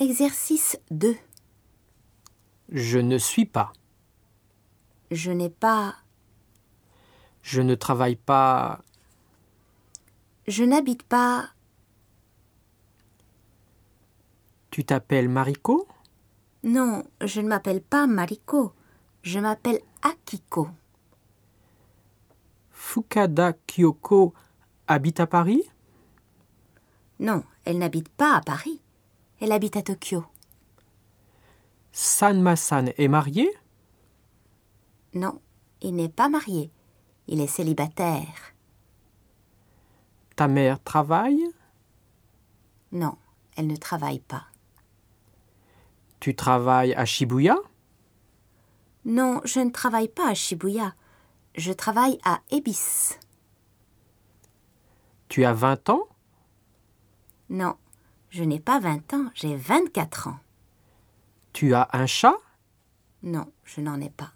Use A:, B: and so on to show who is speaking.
A: Exercice 2.
B: Je ne suis pas.
A: Je n'ai pas.
B: Je ne travaille pas.
A: Je n'habite pas.
B: Tu t'appelles Mariko
A: Non, je ne m'appelle pas Mariko. Je m'appelle Akiko.
B: Fukada Kyoko habite à Paris
A: Non, elle n'habite pas à Paris. Elle habite à Tokyo.
B: Sanma-san est mariée
A: Non, il n'est pas marié. Il est célibataire.
B: Ta mère travaille
A: Non, elle ne travaille pas.
B: Tu travailles à Shibuya
A: Non, je ne travaille pas à Shibuya. Je travaille à Ebis.
B: Tu as 20 ans
A: Non, je n'ai pas 20 ans, j'ai 24 ans.
B: Tu as un chat
A: Non, je n'en ai pas.